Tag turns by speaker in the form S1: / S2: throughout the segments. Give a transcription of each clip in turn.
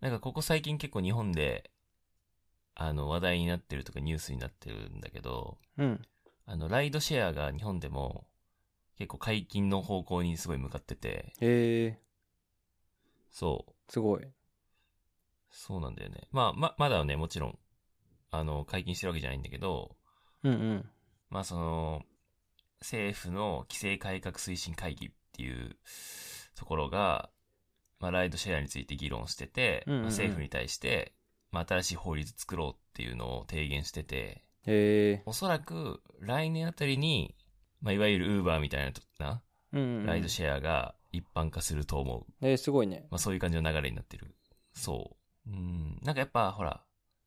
S1: なんかここ最近結構日本で、あの、話題になってるとかニュースになってるんだけど、
S2: うん。
S1: あの、ライドシェアが日本でも結構解禁の方向にすごい向かってて、
S2: へえ
S1: そう。
S2: すごい。
S1: そうなんだよね。まあ、ま、まだね、もちろん、あの、解禁してるわけじゃないんだけど、
S2: うんうん。
S1: まあその、政府の規制改革推進会議っていうところが、まあライドシェアについて議論してて、
S2: うんうんうん
S1: まあ政府に対して、まあ新しい法律作ろうっていうのを提言してて、
S2: へえ
S1: おそらく来年あたりに、まあいわゆるウーバーみたいなとな、
S2: うんうんうん。
S1: ライドシェアが一般化すると思う。
S2: えーすごいね。
S1: まあそういう感じの流れになってる。そう。うん。なんかやっぱほら、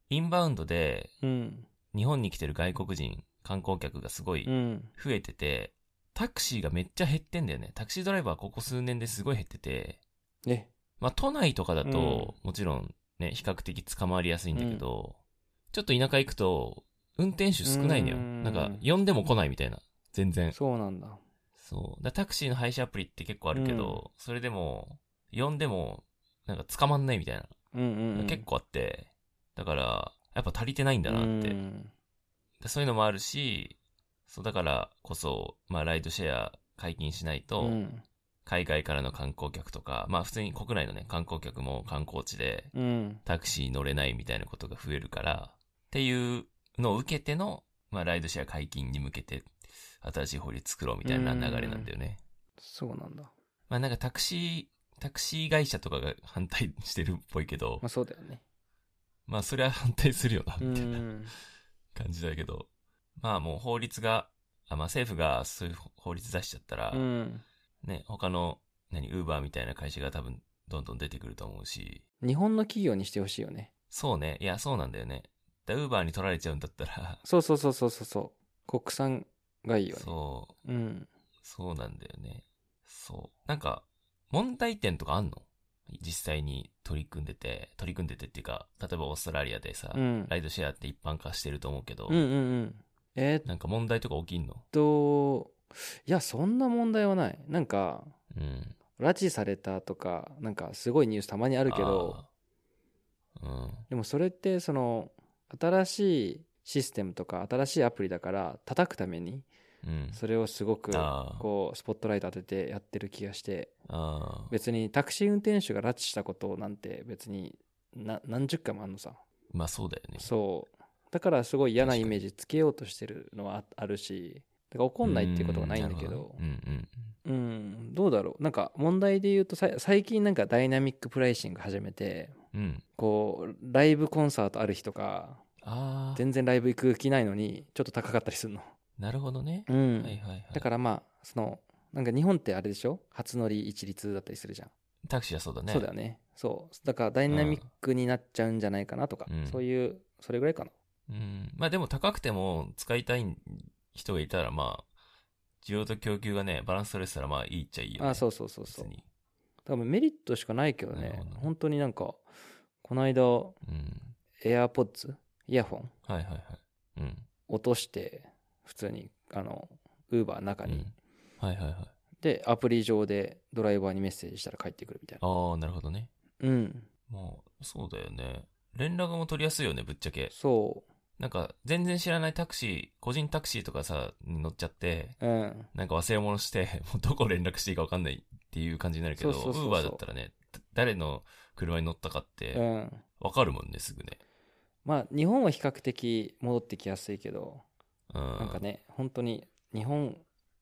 S1: インバウンドで
S2: うん。
S1: 日本に来てる外国人、観光客がすごい
S2: うん。
S1: 増えてて、タクシーがめっちゃ減ってんだよね。タクシードライバーここ数年ですごい減ってて、
S2: え、
S1: まあ都内とかだと、
S2: う
S1: もちろんね、比較的捕まりやすいんだけど、ちょっと田舎行くと、運転手少ないのよ。
S2: うん
S1: なんか、呼んでも来ないみたいな。全然。
S2: そうなんだ。
S1: そう。だからタクシーの配車アプリって結構あるけど、それでも、呼んでも、なんか捕まんないみたいな。
S2: うんうん、うん。
S1: 結構あって、だから、やっぱ足りてないんだなって。
S2: うん
S1: でそういうのもあるし、そうだからこそ、まあライドシェア解禁しないと、
S2: うん。
S1: 海外からの観光客とか、まあ普通に国内のね、観光客も観光地で
S2: うん。
S1: タクシー乗れないみたいなことが増えるから、っていうのを受けての、まあライドシェア解禁に向けて、新しい法律作ろうみたいな流れなんだよね。
S2: そうなんだ。
S1: まあなんかタクシー、タクシー会社とかが反対してるっぽいけど
S2: まあ、そうだよね。
S1: まあそれは反対するよ な、
S2: う
S1: みたいな。
S2: ん。
S1: 感じだけど、まあもう法律が、あまあ政府がそういう法律出しちゃったら、
S2: うん。
S1: ね、他の、何、ウーバーみたいな会社が多分どんどん出てくると思うし、
S2: 日本の企業にしてほしいよね。
S1: そうね、いや、そうなんだよね。ウーバーに取られちゃうんだったら、
S2: そうそうそうそうそうそう。国産がいいよね。
S1: そう、
S2: うん。
S1: そうなんだよね。そう。なんか、問題点とかあんの実際に取り組んでて、取り組んでてっていうか、例えばオーストラリアでさ、
S2: うん。
S1: ライドシェアって一般化してると思うけど、
S2: うんうんうん。えーっ
S1: なんか問題とか起きんの
S2: と、いや、そんな問題はない。なんか、
S1: うん。
S2: 拉致されたとか、なんかすごいニュースたまにあ
S1: あ
S2: るけど、
S1: ー、うん。
S2: でもそれって、その、新しいシステムとか、新しいアプリだから、叩くために、
S1: うん。
S2: それをすごく、
S1: あー
S2: こう、スポットライト当ててやってる気がして、
S1: ああ。
S2: 別にタクシー運転手が拉致したことなんて別にな何十回もあんのさ
S1: まあそうだよね。
S2: そうだからすごい嫌な
S1: 確
S2: イ
S1: かに
S2: メージつけようとしてるのはああるしだから怒んないっていうことはないんだけ
S1: う
S2: ど
S1: なるほね
S2: うんどうだろうなんか問題で言うとさ最近なんかダイナミックプライシング始めて
S1: うんうん。うん。
S2: こうライブコンサートある日とか
S1: ああ。
S2: 全然ライブ行く気ないのにちょっと高かったりするの
S1: なるほどね。
S2: うん、
S1: はいはいはい。
S2: だからまあそのなんか日本ってあれでしょ初乗り一律だったりするじゃん
S1: タクシーはそうだね。
S2: そうだよねそうだからダイナミックになっちゃうんじゃないかなとか、
S1: うん
S2: そういうそれぐらいかな
S1: うん。まあでも高くても使いたい人がいたらまあ、需要と供給がね、バランス取れてたらまあいいっちゃいいよね。
S2: あそううそうそうそ
S1: 別
S2: う
S1: に。
S2: 多分メリットしかないけど
S1: なる
S2: ね
S1: ほど
S2: 本当になんかこの間
S1: うん。
S2: AirPods イヤホン
S1: はいはいはい。うん。
S2: 落として普通にあの Uber の中
S1: う
S2: に、
S1: ん。はいはいはい。
S2: でアプリ上でドライバーにメッセージしたら帰ってくるみたいな
S1: ああ、なるほどね。
S2: うん
S1: まあ、そうだよね。連絡も取りやすいよね、ぶっちゃけ。
S2: そ
S1: なんか、全然知らないタクシー、個人タクシーとかさ、に乗っちゃって、
S2: ううん
S1: なんか忘れ物して、 もうどこ連絡していいか分かんないっていう感じになるけど、ウ
S2: そうそうそうそう
S1: ーバーだったらね、だ誰の車に乗ったかっ
S2: う
S1: て、
S2: ん
S1: 分かるもんね、すぐね。
S2: まあ日本は比較的戻ってきやすいけど
S1: うん。
S2: なんかね、本当に日本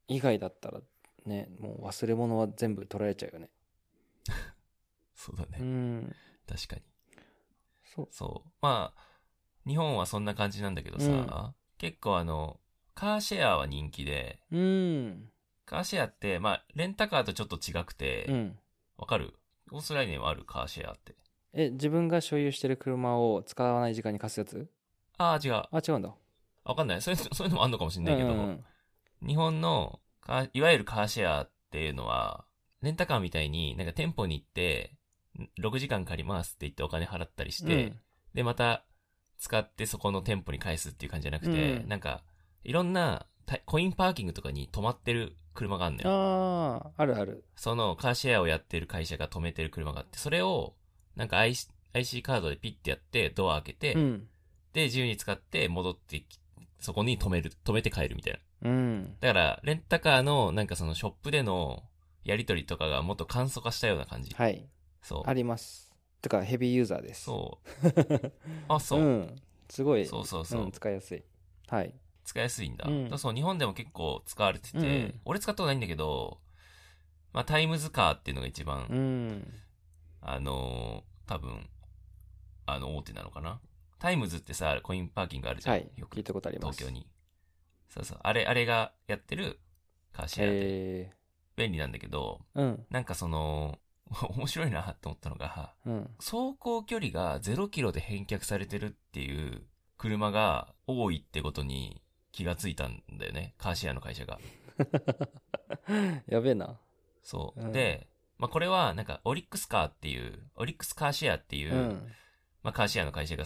S2: 以外だったらね、もう忘れ物は全部取られちゃうよね。
S1: そうだね、
S2: うん。
S1: 確かに。
S2: そう。
S1: そう。まあ、日本はそんな感じなんだけどさ、
S2: うん
S1: 結構あの、カーシェアは人気で、
S2: うん。
S1: カーシェアって、まあ、レンタカーとちょっと違くて、
S2: う
S1: わ、
S2: ん。
S1: かるオーストラリアにもあるカーシェアって。
S2: え、自分が所有してる車を使わない時間に貸すやつ
S1: ああ、違う。
S2: あ、違うんだ。
S1: わかんない。そういう、そういうのもあんのかもしれないけど、
S2: うんうん
S1: 日本のカーいわゆるカーシェアっていうのは、レンタカーみたいになんか店舗に行って、ん6時間借りますって言ってお金払ったりして、で、また使ってそこの店舗に返すっていう感じじゃなくて、
S2: うん
S1: なんか、いろんなタイコインパーキングとかに止まってる車があるんだ
S2: うん
S1: よ。
S2: ああ、あるある。
S1: そのカーシェアをやってる会社が止めてる車があって、それを、なんか IC IC カードでピッてやって、ドア開けて、
S2: うん。
S1: で、自由に使って戻ってき、そこに止める、止めて帰るみたいな。
S2: うん。
S1: だから、レンタカーの、なんかそのショップでの、やりとりとかがもっと簡素化したような感じ。
S2: はい。
S1: そう。
S2: あります。てか、ヘビーユーザーです。
S1: そう。あ、そう。
S2: ん。すごい、
S1: そうそうそう。
S2: うん使いやすい。はい。
S1: 使いやすいんだ。
S2: うん
S1: だからそう、日本でも結構使われてて、
S2: うんうん
S1: 俺使ったことないんだけど、まあ、タイムズカーっていうのが一番、
S2: うん。
S1: あのー多分、あの、大手なのかな。タイムズってさ、コインパーキングあるじゃん。
S2: はい
S1: よ。く
S2: 聞いたことありま
S1: 東
S2: す。
S1: 京に。そうそう。あれ、あれがやってるカーシェアで、
S2: え
S1: 便利なんだけど、
S2: ー、うん。
S1: なんかその、 面白いなって思ったのが、
S2: うん。
S1: 走行距離が0キロで返却されてるっていう車が多いってことに気がついたんだよね。カーシェアの会社が。
S2: やべえな。
S1: そう。
S2: うん
S1: で、まあ、これはなんかオリックスカーっていう、オリックスカーシェアっていう、
S2: うん。
S1: まあ、カーシェアの会社が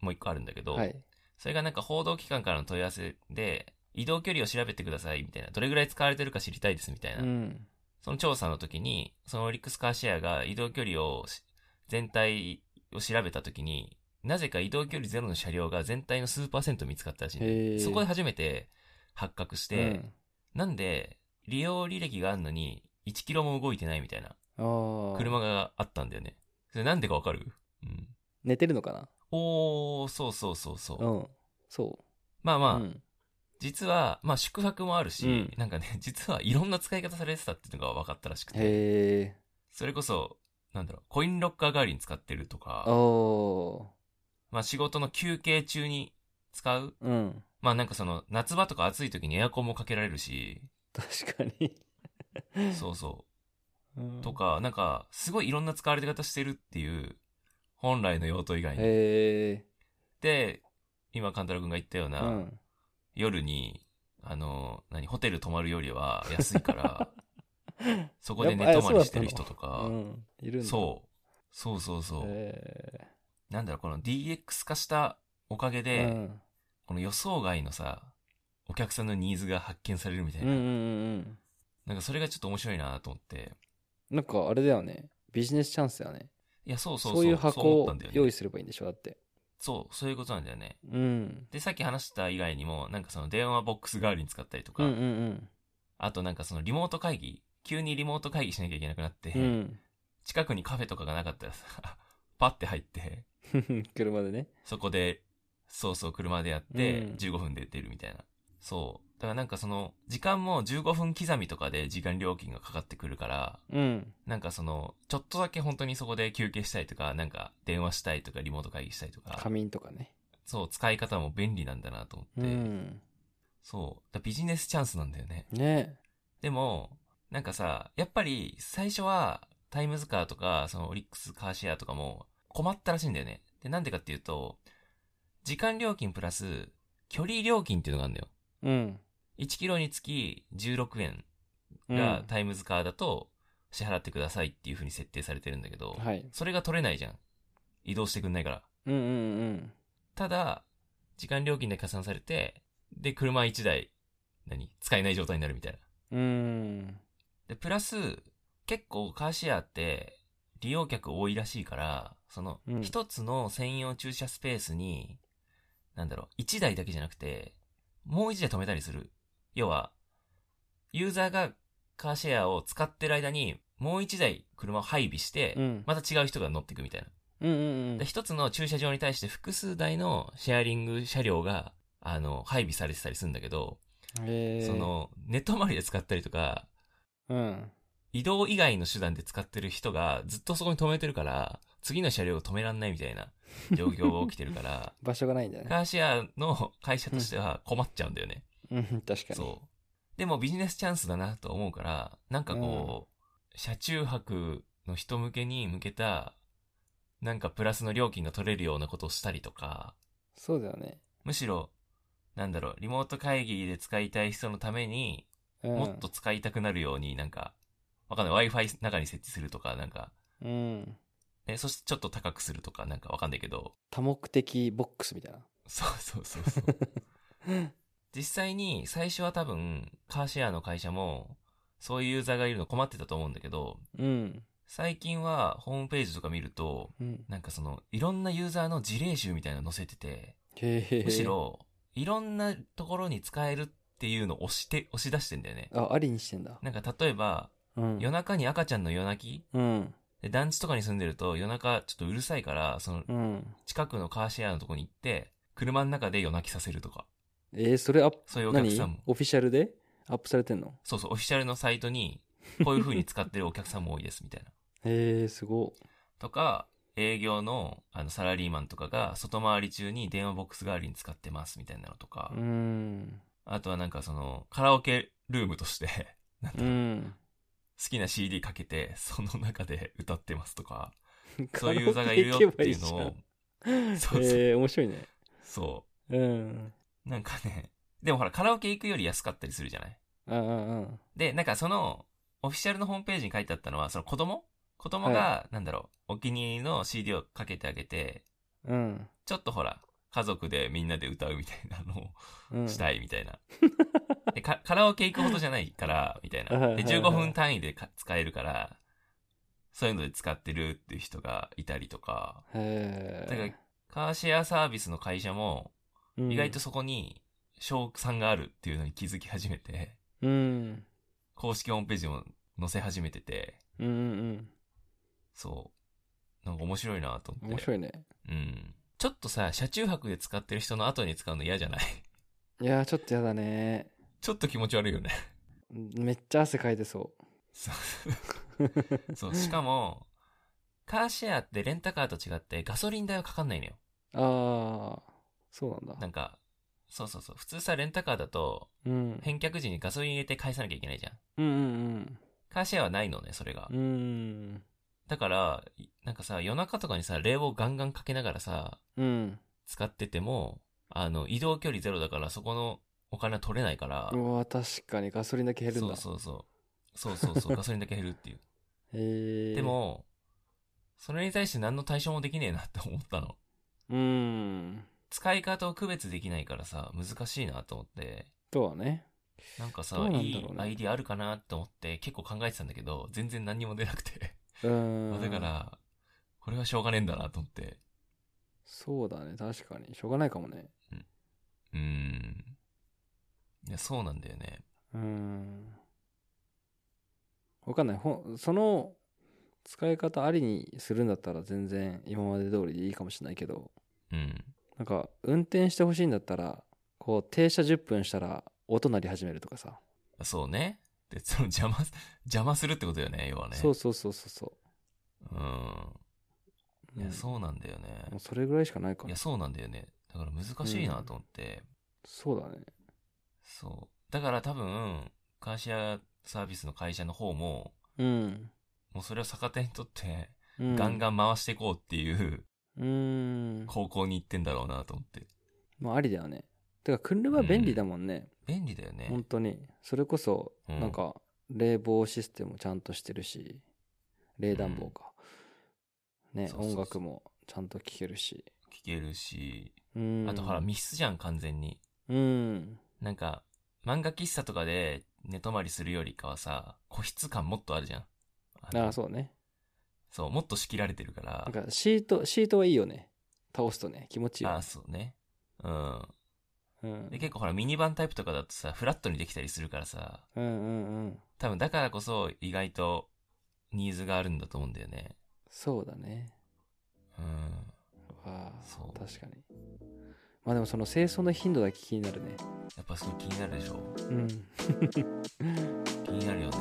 S1: もう一個あるんだけど、
S2: はい。
S1: それがなんか報道機関からの問い合わせで、移動距離を調べてくださいみたいな、どれぐらい使われてるか知りたいですみたいな。
S2: うん。
S1: その調査の時に、そのオリックスカーシェアが移動距離をし、全体を調べた時に、なぜか移動距離ゼロの車両が全体の数パーセント見つかったらしいんだよ
S2: へー
S1: そこで初めて発覚して、なんで、利用履歴があるのに、1キロも動いてないみたいな、
S2: うん、ああ。
S1: 車があったんだよね。それなんでかわかるうん。
S2: 寝てるのかな
S1: おー、そうそうそうそう。
S2: うん。そう。
S1: まあまあ、
S2: うん、
S1: 実は、まあ宿泊もあるし、
S2: うん
S1: なんかね、 実はいろんな使い方されてたっていうのが分かったらしくて。
S2: へえ。
S1: それこそ、なんだろう、コインロッカー代わりに使ってると
S2: あ
S1: か、
S2: あ。
S1: まあ仕事の休憩中に使う。
S2: うん。
S1: まあなんかその、夏場とか暑い時にエアコンもかけられるし、
S2: 確かに。
S1: そうそ
S2: うん
S1: う。と。か、なんか、すごいいろんな使われ方してるっていう、本来の用途以外に。
S2: へえ。
S1: で、今、カンタロ君が言ったよう
S2: う
S1: な、
S2: ん。
S1: 夜に、あの、何、ホテル泊まるよりは安い から、そこで寝
S2: やっぱ
S1: 泊まりしてる
S2: あそう
S1: 人
S2: だっ
S1: と
S2: たう
S1: か、
S2: ん。いるんだ。
S1: そう。そうそうそう。
S2: へ
S1: なんだろう、この DX 化したおかげ
S2: え。
S1: で、
S2: うん
S1: この予想外のさ、お客さんのニーズが発見されるみたい
S2: うんう
S1: な。
S2: んうん
S1: なんかそれがちょっと面白いなと思って。
S2: うん。なんかあれだよね。ビジネスチャンスだよね。
S1: いや、そうそうそう。
S2: そういう
S1: そう
S2: 箱
S1: 思った
S2: を
S1: んだよね
S2: 用意すればいいんでしょだって。
S1: そう、そういうことなんだよね。
S2: うん。
S1: で、さっき話した以外にも、なんかその電話ボックス代わりに使ったりと
S2: う
S1: か、
S2: んうん
S1: あとなんかそのリモート会議、急にリモート会議しなきゃいけなくなって、
S2: うん。うん。
S1: 近くにカフェとかがなかったらさ、 パッて入って、
S2: 車でね。
S1: そこで、そうそう、車でやって、
S2: うん
S1: 15分で出るみたいな。そう。だからなんかその、時間も15分刻みとかで時間料金がかかってくるから、
S2: うん。
S1: なんかその、ちょっとだけ本当にそこで休憩したいとか、なんか電話したいとか、リモート会議したいとか、
S2: 仮眠とかね。
S1: そう、使い方も便利なんだなと思
S2: う
S1: って、
S2: ん。
S1: そう、だビジネスチャンスなんだよね。
S2: ね
S1: でも、なんかさ、やっぱり最初はタイムズカーとか、そのオリックスカーシェアとかも困ったらしいんだよね。で、なんでかっていうと、時間料金プラス、距離料金っていうのがあるんだよ。
S2: うん。
S1: 1キロにつき16円
S2: うん
S1: がタイムズカーだと支払ってくださいっていう風に設定されてるんだけど、
S2: はい。
S1: それが取れないじゃん。移動してくんないから。
S2: うんうんうん。
S1: ただ、時間料金で加算されて、で、車1台、何使えない状態になるみたいな。
S2: うん。
S1: で、プラス、結構カーシェアって、利用客多いらしいから、その
S2: う、ん
S1: 一つの専用駐車スペースに、なんだろう、一台だけじゃなくて、もう一台止めたりする。要は、ユーザーがカーシェアを使ってる間に、もう一台車を配備して、
S2: うん
S1: また違う人が乗っていくみたいな。
S2: うんうん
S1: で、一つの駐車場に対して複数台のシェアリング車両が、あの、配備されてたりするんだけど、
S2: うん。へえ。
S1: そ、の、寝泊まりで使ったりとか、
S2: うん。
S1: 移動以外の手段で使ってる人がずっとそこに止めてるから、次の車両を止めらんないみたいな状況が起きてるから、
S2: 場所がないんだよね。
S1: カーシェアの会社としては困っちゃうんだよね。
S2: うん、確かに。
S1: そう。でもビジネスチャンスだなと思うから、なんかこう、車中泊の人向けに向けた、なんかプラスの料金が取れるようなことをしたりとか、
S2: そうだよね。
S1: むしろ、なんだろう、リモート会議で使いたい人のために、
S2: うん
S1: もっと、使いたくなるように、なんか、わかんない Wi-Fi 中に設置するとか、なんか、
S2: うん。
S1: ね、そしてちょっと高くするとか、なんかわかんないけど、
S2: 多目的ボックスみたいな。
S1: そうそうそうそう。実際に最初は多分、カーシェアの会社も、そういうユーザーがいるの困ってたと思うんだけど、
S2: うん。
S1: 最近はホームページとか見ると、
S2: うん。
S1: なんかその、いろんなユーザーの事例集みたいなの載せてて、
S2: へえ。
S1: むし。ろ、いろんなところに使えるっていうのを押して、押し出してんだよね。
S2: あ、ありにしてんだ。
S1: なんか例えば、
S2: うん。
S1: 夜中に赤ちゃんの夜泣き
S2: うん。
S1: で団地とかに住んでると夜中ちょっとうるさいから、その
S2: うん。
S1: 近くのカーシェアのとこに行って、車の中で夜泣きさせるとか、
S2: えー、それアップ、
S1: そういうお客
S2: 何
S1: さんも、
S2: オフィシャルでアップされてんの
S1: そうそう、オフィシャルのサイトに、こういう風に使ってるお客さんも多いですみたいな。
S2: へえ、すご
S1: とか、営業のあのサラリーマンとかが外回り中に電話ボックス代わりに使ってますみたいなのとか
S2: い。、うん。
S1: あとはなんかそのカラオケルームとしてなんだ
S2: う。
S1: ろうん好きな CD かけてその中で歌ってますとか、そういうユーザーがいるよ
S2: カラオ
S1: って
S2: ケ
S1: い
S2: 行
S1: う
S2: けば
S1: の
S2: じゃん
S1: を、そうそう、
S2: えー、面白いね。
S1: そ
S2: うん。
S1: う。なんかね、でもほらカラオケ行くより安かったりするじゃない
S2: ああ、ああ。
S1: で、なんかその、オフィシャルのホームページに書いてあったのは、その子供子供が、なんだろう、お気に入りの CD をかけてあげて、
S2: うん。
S1: ちょっとほら、家族でみんなで歌うみたいなの
S2: う
S1: を
S2: ん。
S1: したいみた いな。でかカラオケ行くほどじゃないから、みたいな。
S2: はいはいは
S1: で、
S2: い
S1: 15分単位でか使えるから、そういうので使ってるっていう人がいたりとか、
S2: へ
S1: だ
S2: え
S1: か。カーシェアサービスの会社も、
S2: うん
S1: 意外とそこに、賞賛があるっていうのに気づき始めて、
S2: うん。
S1: 公式ホームページも載せ始めてて、
S2: うんうんうん。
S1: そう。なんか面白いなと思って。
S2: 面白いね。
S1: うん。ちょっとさ、車中泊で使ってる人の後に使うの嫌じゃない
S2: いやー、ちょっとやだね。
S1: ちょっと気持ち悪いよね。
S2: めっちゃ汗かいてそ
S1: そう。 そう、しかも、カーシェアってレンタカーと違ってガソリン代はかかんないのよ。
S2: う。ああ、そうなん
S1: な
S2: だ。
S1: んか、そうそうそう。普通さ、レンタカーだと、
S2: うん。
S1: 返却時にガソリン入れて返さなきゃいけないじゃん。
S2: うんうん
S1: カーシェアはないのね、それが
S2: うん。う。ん。
S1: だから、いなんかさ、夜中とかにさ、冷房ガンガンかけながらさ、
S2: うん。
S1: 使ってても、あの、移動距離ゼロだから、そこのお金は取れないから、
S2: うわ、確かにガソリンだけ減るんだ。
S1: そうそうそう。そうそう そう、ガソリンだけ減るっていう。
S2: へー
S1: で、も、それに対して何の対処もできねえなって思ったの。
S2: うん。
S1: 使い方を区別できないからさ、難しいなと思って、
S2: とはね。
S1: なんかさ、
S2: どうなんだろう
S1: い
S2: ね
S1: いアイディアあるかなと思って結構考えてたんだけど、全然何にも出なくて。
S2: うん。
S1: だか。ら、これはしょうがねえんだなと思って。
S2: そうだね、確かに。しょうがないかもね。
S1: うーん。いや、そうなんだよね。
S2: うん。わかんない。ほんその、使い方ありにするんだったら全然今まで通りでいいかもしれないけど、
S1: うん。
S2: なんか運転してほしいんだったらこう停車10分したら音鳴り始めるとかさ、
S1: そうね。で、その邪魔、邪魔するってことよね、要はね。。
S2: そうそうそうそうそうう
S1: うん。いや、
S2: う
S1: そうなんだよね。
S2: もうそれぐらいしかないか
S1: い
S2: ら
S1: や、そうなんだよね。だから難しいなと思って。
S2: そうだね
S1: そう。だから多分、カーシェアサービスの会社の方も、
S2: うん、
S1: もうそれを逆手にとって、
S2: うん、
S1: ガンガン回していこうっていう
S2: うん
S1: 方向に行ってんだろうなと思って。
S2: まあありだよねてか車便利だもんね、
S1: 便利だよね。
S2: 本当にそれこそ
S1: うん
S2: なんか冷房システムちゃんとしてるし冷暖房か、ね
S1: そうそうそう
S2: 音楽もちゃんと聴けるし
S1: 聞けるし、
S2: うん
S1: あとほら、密室じゃん、完全に。
S2: うん
S1: なんか、漫画喫茶とかで寝泊まりするよりかはさ、個室感もっとあるじゃん。
S2: あ
S1: の
S2: あそうね
S1: そう、もっと仕切られてるか
S2: な
S1: ら
S2: ん。かシートシートはいいよね倒すとね気持ちいいよ
S1: ああ、そうね。うん。
S2: うん
S1: で、結構ほら、ミニバンタイプとかだとさ、フラットにできたりするからさ、
S2: うんうんうん
S1: 多分だからこそ意外とニーズがあるんだと思うんだよね。
S2: そうだね
S1: うん。
S2: ああ
S1: そう
S2: 確かにまあでもその清掃の頻度だけ気になるね
S1: やっぱすごい気になるでしょ
S2: うん、うん、
S1: 気になるよね。